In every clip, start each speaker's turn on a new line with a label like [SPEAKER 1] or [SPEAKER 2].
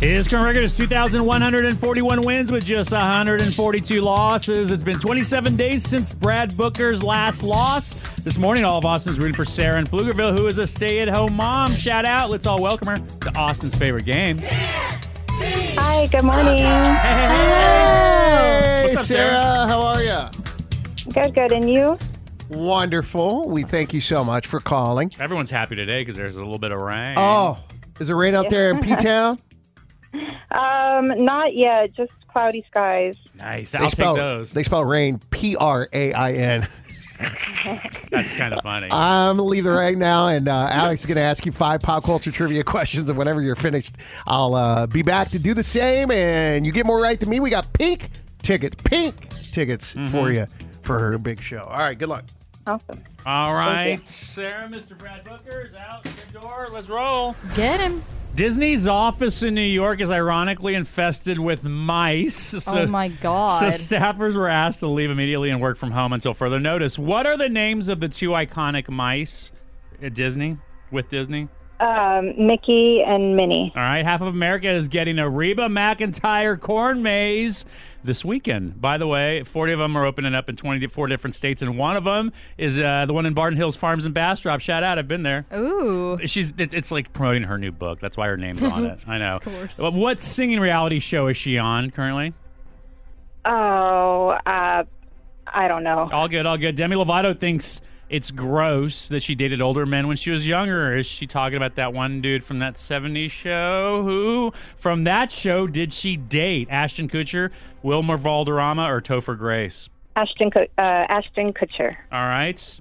[SPEAKER 1] His current record is 2,141 wins with just 142 losses. It's been 27 days since Brad Booker's last loss. This morning, all of Austin's rooting for Sarah in Pflugerville, who is a stay at home mom. Shout out. Let's all welcome her to Austin's favorite game.
[SPEAKER 2] Hi, good morning.
[SPEAKER 1] Hey,
[SPEAKER 3] Hey,
[SPEAKER 1] What's up, Sarah?
[SPEAKER 3] How are you?
[SPEAKER 2] Good, good. And you?
[SPEAKER 3] Wonderful. We thank you so much for calling.
[SPEAKER 1] Everyone's happy today because there's a little bit of rain.
[SPEAKER 3] Oh, is it rain out there in P Town?
[SPEAKER 2] Um, not yet, just cloudy skies.
[SPEAKER 1] nice. I'll
[SPEAKER 3] spell
[SPEAKER 1] take those.
[SPEAKER 3] they spell rain P R A I N.
[SPEAKER 1] That's kind of funny.
[SPEAKER 3] I'm leaving right now, and uh, Alex is going to ask you five pop culture trivia questions. And whenever you're finished, I'll uh, be back to do the same. And you get more right than me. We got pink tickets, pink tickets
[SPEAKER 1] Mm-hmm.
[SPEAKER 3] for you for her big show. All right, good luck.
[SPEAKER 2] Awesome.
[SPEAKER 1] all right, Sarah, Mr. Brad Booker is out the door. Let's roll.
[SPEAKER 4] Get him.
[SPEAKER 1] Disney's office in New York is ironically infested with mice. So,
[SPEAKER 4] oh my god.
[SPEAKER 1] So staffers were asked to leave immediately and work from home until further notice. What are the names of the two iconic mice at Disney? With Disney?
[SPEAKER 2] Um, Mickey and Minnie.
[SPEAKER 1] All right, half of America is getting a Reba McIntyre corn maze this weekend. By the way, 40 of them are opening up in 24 different states, and one of them is uh, the one in Barton Hills Farms and Bastrop. Shout out, I've been there.
[SPEAKER 4] Oh. Ooh.
[SPEAKER 1] She's it- it's like promoting her new book. That's why her name's on it. I know. Of
[SPEAKER 4] course.
[SPEAKER 1] What singing reality show is she on currently?
[SPEAKER 2] Oh, uh, I don't know.
[SPEAKER 1] All good, all good. Demi Lovato thinks it's gross that she dated older men when she was younger. Is she talking about that one dude from that 70s show? Who from that show did she date? Ashton Kutcher, Wilmer Valderrama, or Topher Grace?
[SPEAKER 2] Ashton, Kut- uh, Ashton Kutcher.
[SPEAKER 1] All right.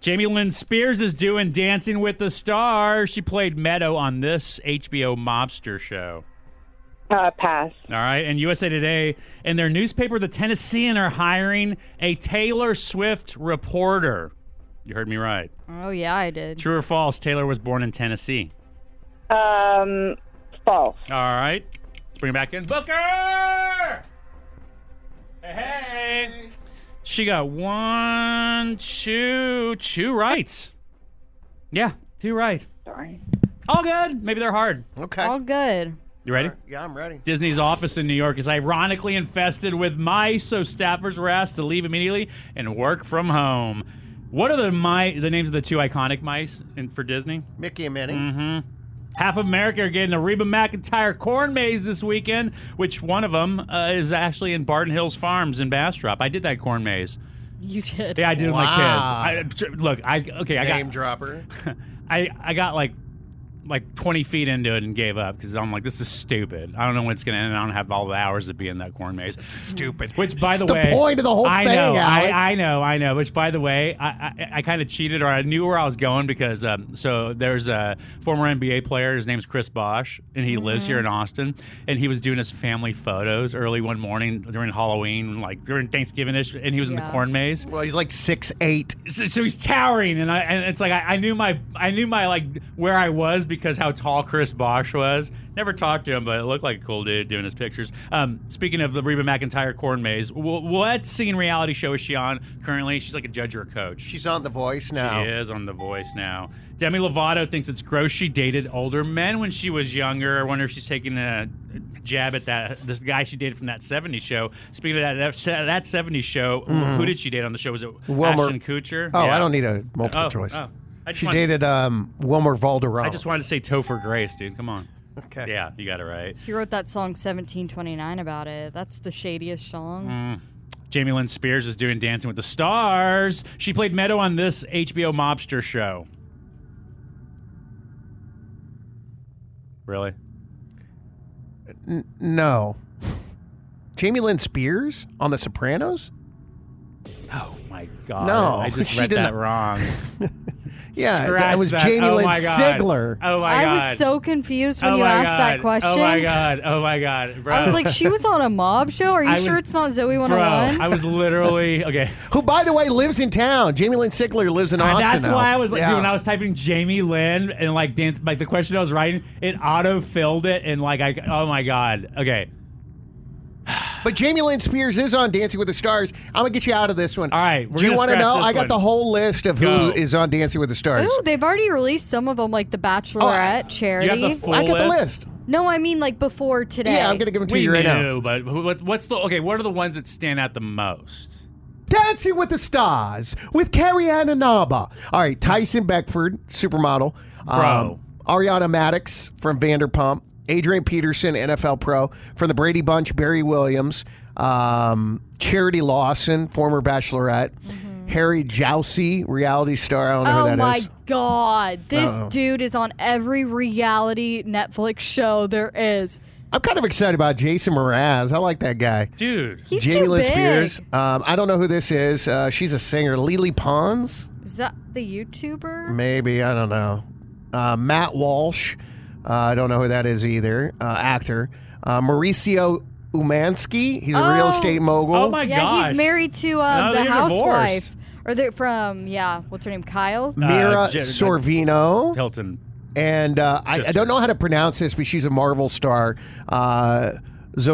[SPEAKER 1] Jamie Lynn Spears is doing Dancing with the Stars. She played Meadow on this HBO mobster show.
[SPEAKER 2] Uh, pass.
[SPEAKER 1] All right, and USA Today and their newspaper, The Tennessean, are hiring a Taylor Swift reporter. You heard me right.
[SPEAKER 4] Oh yeah, I did.
[SPEAKER 1] True or false? Taylor was born in Tennessee.
[SPEAKER 2] Um, false.
[SPEAKER 1] All right, let's bring it back in. Booker. Hey, hey. She got one, two, two right. Yeah, two right.
[SPEAKER 2] Sorry.
[SPEAKER 1] All good. Maybe they're hard.
[SPEAKER 3] Okay.
[SPEAKER 4] All good.
[SPEAKER 1] You ready?
[SPEAKER 3] yeah, I'm ready.
[SPEAKER 1] Disney's office in New York is ironically infested with mice, so staffers were asked to leave immediately and work from home. What are the mi- the names of the two iconic mice in, for Disney?
[SPEAKER 3] Mickey and Minnie.
[SPEAKER 1] Mm-hmm. Half of America are getting a Reba McIntyre corn maze this weekend, which one of them uh, is actually in Barton Hills Farms in Bastrop. I did that corn maze.
[SPEAKER 4] You did.
[SPEAKER 1] Yeah, I did it
[SPEAKER 3] Wow.
[SPEAKER 1] with my kids. I, look, I okay, I
[SPEAKER 3] Name
[SPEAKER 1] got
[SPEAKER 3] dropper.
[SPEAKER 1] I, I got like like 20 feet into it and gave up because I'm like, this is stupid. I don't know when it's going to end. I don't have all the hours to be in that corn maze.
[SPEAKER 3] Stupid.
[SPEAKER 1] Which, by
[SPEAKER 3] It's
[SPEAKER 1] the
[SPEAKER 3] the
[SPEAKER 1] way,
[SPEAKER 3] point of the whole
[SPEAKER 1] I
[SPEAKER 3] thing,
[SPEAKER 1] Know,
[SPEAKER 3] Alex.
[SPEAKER 1] I, I know, I know. Which, by the way, I, I, I kind of cheated, or I knew where I was going because um, so there's a former NBA player. His name's Chris Bosch, and he lives
[SPEAKER 3] Mm-hmm.
[SPEAKER 1] here in Austin. And he was doing his family photos early one morning during Halloween, like during Thanksgiving ish, and he was in the
[SPEAKER 4] Yeah.
[SPEAKER 1] corn maze.
[SPEAKER 3] Well, he's like six eight.
[SPEAKER 1] So, so he's towering, and I and it's like I, I knew my I knew my like where I was because how tall Chris Bosch was. Never talked to him, but it looked like a cool dude doing his pictures. Um, speaking of the Reba McIntyre corn maze, w- what singing reality show is she on currently? She's like a judge or a coach. She
[SPEAKER 3] She's on The Voice now.
[SPEAKER 1] is on The Voice now. Demi Lovato thinks it's gross she dated older men when she was younger. I wonder if she's taking a jab at that this guy she dated from that '70s show. Speaking of that that, that '70s show, who did she date on the show? Was it
[SPEAKER 3] Mm-hmm. Wilmer-
[SPEAKER 1] Ashton Kutcher?
[SPEAKER 3] Oh,
[SPEAKER 1] Yeah.
[SPEAKER 3] I don't need a multiple choice.
[SPEAKER 1] oh. I just
[SPEAKER 3] she
[SPEAKER 1] wanted-
[SPEAKER 3] dated um, Wilmer Valderrama.
[SPEAKER 1] I just wanted to say Topher Grace, dude. Come on.
[SPEAKER 3] okay.
[SPEAKER 1] Yeah, you got it right.
[SPEAKER 4] She wrote that song 1729 about it. That's the shadiest song.
[SPEAKER 1] Jamie Lynn Spears is doing Dancing with the Stars. She played Meadow on this HBO mobster show. Really?
[SPEAKER 3] No. Jamie Lynn Spears on The Sopranos?
[SPEAKER 1] Oh my god!
[SPEAKER 3] No,
[SPEAKER 1] I just
[SPEAKER 3] she
[SPEAKER 1] read
[SPEAKER 3] did
[SPEAKER 1] that
[SPEAKER 3] not-
[SPEAKER 1] wrong.
[SPEAKER 3] Yeah,
[SPEAKER 1] Scratch
[SPEAKER 3] that was Jamie
[SPEAKER 1] oh
[SPEAKER 3] Lynn
[SPEAKER 1] my God.
[SPEAKER 3] Sigler.
[SPEAKER 1] Oh my
[SPEAKER 4] I
[SPEAKER 1] god.
[SPEAKER 4] was so confused when
[SPEAKER 1] oh
[SPEAKER 4] you
[SPEAKER 1] my
[SPEAKER 4] asked that
[SPEAKER 1] God.
[SPEAKER 4] question.
[SPEAKER 1] Oh my god. Oh my god. Bro.
[SPEAKER 4] I was like, she was on a mob show. Are you
[SPEAKER 1] I was-
[SPEAKER 4] sure it's not Zoe
[SPEAKER 1] bro,
[SPEAKER 4] 101?
[SPEAKER 1] I was literally okay.
[SPEAKER 3] Who, by the way, lives in town. Jamie Lynn Sigler lives in
[SPEAKER 1] And
[SPEAKER 3] Austin.
[SPEAKER 1] Ah, that's
[SPEAKER 3] now.
[SPEAKER 1] why I was like,
[SPEAKER 3] Yeah.
[SPEAKER 1] dude, when I was typing Jamie Lynn and like dance, like the question I was writing, it auto filled it and like I, oh my god, okay,
[SPEAKER 3] But Jamie Lynn Spears is on Dancing with the Stars. I'm gonna get you out of this one.
[SPEAKER 1] All right, we're
[SPEAKER 3] Do you
[SPEAKER 1] gonna
[SPEAKER 3] wanna
[SPEAKER 1] scratch
[SPEAKER 3] know?
[SPEAKER 1] this
[SPEAKER 3] I got
[SPEAKER 1] one.
[SPEAKER 3] the whole list of
[SPEAKER 1] Go.
[SPEAKER 3] who is on Dancing with the Stars.
[SPEAKER 4] Ooh, they've already released some of them, like the Bachelorette charity.
[SPEAKER 1] Oh, you have the full
[SPEAKER 3] I got the
[SPEAKER 1] list.
[SPEAKER 3] list.
[SPEAKER 4] no, I mean like before today.
[SPEAKER 3] Yeah, I'm gonna give them to
[SPEAKER 1] We
[SPEAKER 3] you right now.
[SPEAKER 1] knew, but who- what, what's the okay? What are the ones that stand out the most?
[SPEAKER 3] Dancing with the Stars with Carrie Ann Naba. All right, Tyson Beckford, supermodel. Um,
[SPEAKER 1] Bro.
[SPEAKER 3] Ariana Maddox from Vanderpump. Adrian Peterson, NFL pro. From the Brady Bunch, Barry Williams. Um, Charity Lawson, former bachelorette. Harry Jousey, reality star. I don't know
[SPEAKER 4] Mm-hmm. Oh
[SPEAKER 3] who that is.
[SPEAKER 4] my god, this dude is on every reality Netflix show there is.
[SPEAKER 3] I'm kind of excited about Jason Mraz. I like that guy.
[SPEAKER 1] Dude,
[SPEAKER 4] He's
[SPEAKER 3] Jamie
[SPEAKER 4] too
[SPEAKER 3] Lynn
[SPEAKER 4] big.
[SPEAKER 3] Spears. Um, I don't know who this is. Uh, she's a singer. Lily Pons.
[SPEAKER 4] Is that the YouTuber?
[SPEAKER 3] Maybe I don't know. Uh, Matt Walsh, uh, I don't know who that is either. Uh, actor uh, Mauricio Umansky, he's a real
[SPEAKER 4] Oh.
[SPEAKER 3] estate mogul.
[SPEAKER 1] oh my
[SPEAKER 4] yeah,
[SPEAKER 1] gosh,
[SPEAKER 4] he's married to uh,
[SPEAKER 1] No,
[SPEAKER 4] the
[SPEAKER 1] they're
[SPEAKER 4] housewife,
[SPEAKER 1] divorced.
[SPEAKER 4] or they're from yeah, what's her name, Kyle?
[SPEAKER 3] Mira
[SPEAKER 1] Uh, Jen-
[SPEAKER 3] Sorvino,
[SPEAKER 1] Hilton.
[SPEAKER 3] and uh, I, I
[SPEAKER 1] Sister.
[SPEAKER 3] don't know how to pronounce this, but she's a Marvel star. Uh,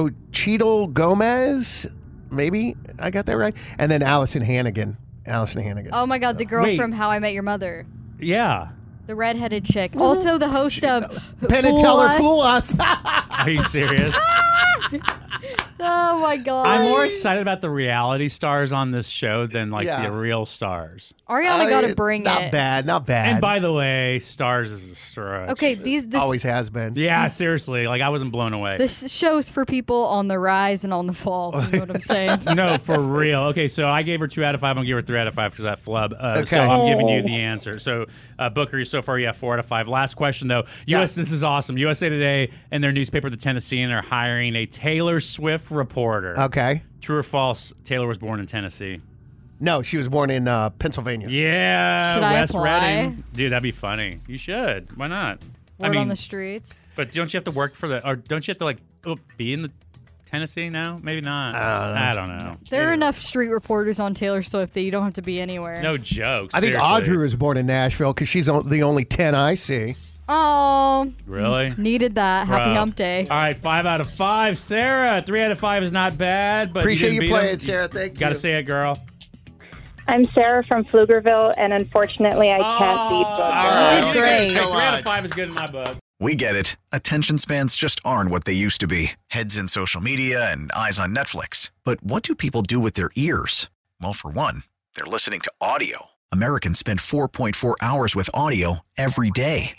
[SPEAKER 3] Zochitl Gomez, maybe I got that right, and then Allison Hannigan. Allison Hannigan.
[SPEAKER 4] Oh my god, the girl
[SPEAKER 1] Wait.
[SPEAKER 4] from How I Met Your Mother,
[SPEAKER 1] Yeah,
[SPEAKER 4] the redheaded chick, also the host of
[SPEAKER 3] uh, Penn and
[SPEAKER 4] Fool
[SPEAKER 3] Teller,
[SPEAKER 4] Us.
[SPEAKER 3] fool us.
[SPEAKER 1] are you serious?
[SPEAKER 4] Oh my god,
[SPEAKER 1] I'm more excited about the reality stars on this show than like
[SPEAKER 3] Yeah.
[SPEAKER 1] the real stars.
[SPEAKER 4] Ariana got
[SPEAKER 3] Uh,
[SPEAKER 4] to bring
[SPEAKER 3] not
[SPEAKER 4] it.
[SPEAKER 3] bad, not bad.
[SPEAKER 1] And by the way, stars is a stretch.
[SPEAKER 4] Okay, these this
[SPEAKER 3] always has been.
[SPEAKER 1] Yeah, seriously, like I wasn't blown away.
[SPEAKER 4] This show's for people on the rise and on the fall. You know what I'm saying?
[SPEAKER 1] no, for real. Okay, so I gave her two out of five. I'm gonna give her three out of five because that flub. Uh, So
[SPEAKER 3] Okay.
[SPEAKER 1] I'm
[SPEAKER 4] Oh.
[SPEAKER 1] giving you the answer. So uh, Booker, so far you have four out of five. Last question though. U.S. This is awesome. USA Today and their newspaper, The Tennessean, are hiring a Taylor Swift reporter.
[SPEAKER 3] Okay.
[SPEAKER 1] True or false? Taylor was born in Tennessee.
[SPEAKER 3] No, she was born in uh, Pennsylvania.
[SPEAKER 1] Yeah,
[SPEAKER 4] Should I
[SPEAKER 1] Wes
[SPEAKER 4] apply?
[SPEAKER 1] Redding. Dude, that'd be funny. You should. Why not?
[SPEAKER 4] Word
[SPEAKER 1] I mean,
[SPEAKER 4] on the streets.
[SPEAKER 1] but don't you have to work for the? Or don't you have to like oh, be in the Tennessee now? Maybe not. I don't know.
[SPEAKER 4] There are enough street reporters on Taylor Swift that you don't have to be anywhere.
[SPEAKER 1] No jokes.
[SPEAKER 3] I think
[SPEAKER 1] seriously.
[SPEAKER 3] Audrey was born in Nashville because she's on- the only 10 I see.
[SPEAKER 4] Oh,
[SPEAKER 1] Really?
[SPEAKER 4] needed that. Happy
[SPEAKER 1] Bro.
[SPEAKER 4] hump day.
[SPEAKER 1] All right, five out of five. Sarah, three out of five is not bad, but
[SPEAKER 3] Appreciate
[SPEAKER 1] you,
[SPEAKER 3] you
[SPEAKER 1] didn't beat
[SPEAKER 3] playing,
[SPEAKER 1] them.
[SPEAKER 3] Sarah. Thank
[SPEAKER 1] Gotta
[SPEAKER 3] you.
[SPEAKER 1] say it, girl.
[SPEAKER 2] I'm Sarah from Pflugerville, and unfortunately, I can't beat both.
[SPEAKER 1] Oh, all
[SPEAKER 2] of
[SPEAKER 4] right.
[SPEAKER 2] them.
[SPEAKER 4] You did great.
[SPEAKER 1] Hey, three out of five is good in my book.
[SPEAKER 5] We get it. Attention spans just aren't what they used to be heads in social media and eyes on Netflix. But what do people do with their ears? Well, for one, they're listening to audio. Americans spend 4.4 hours with audio every day.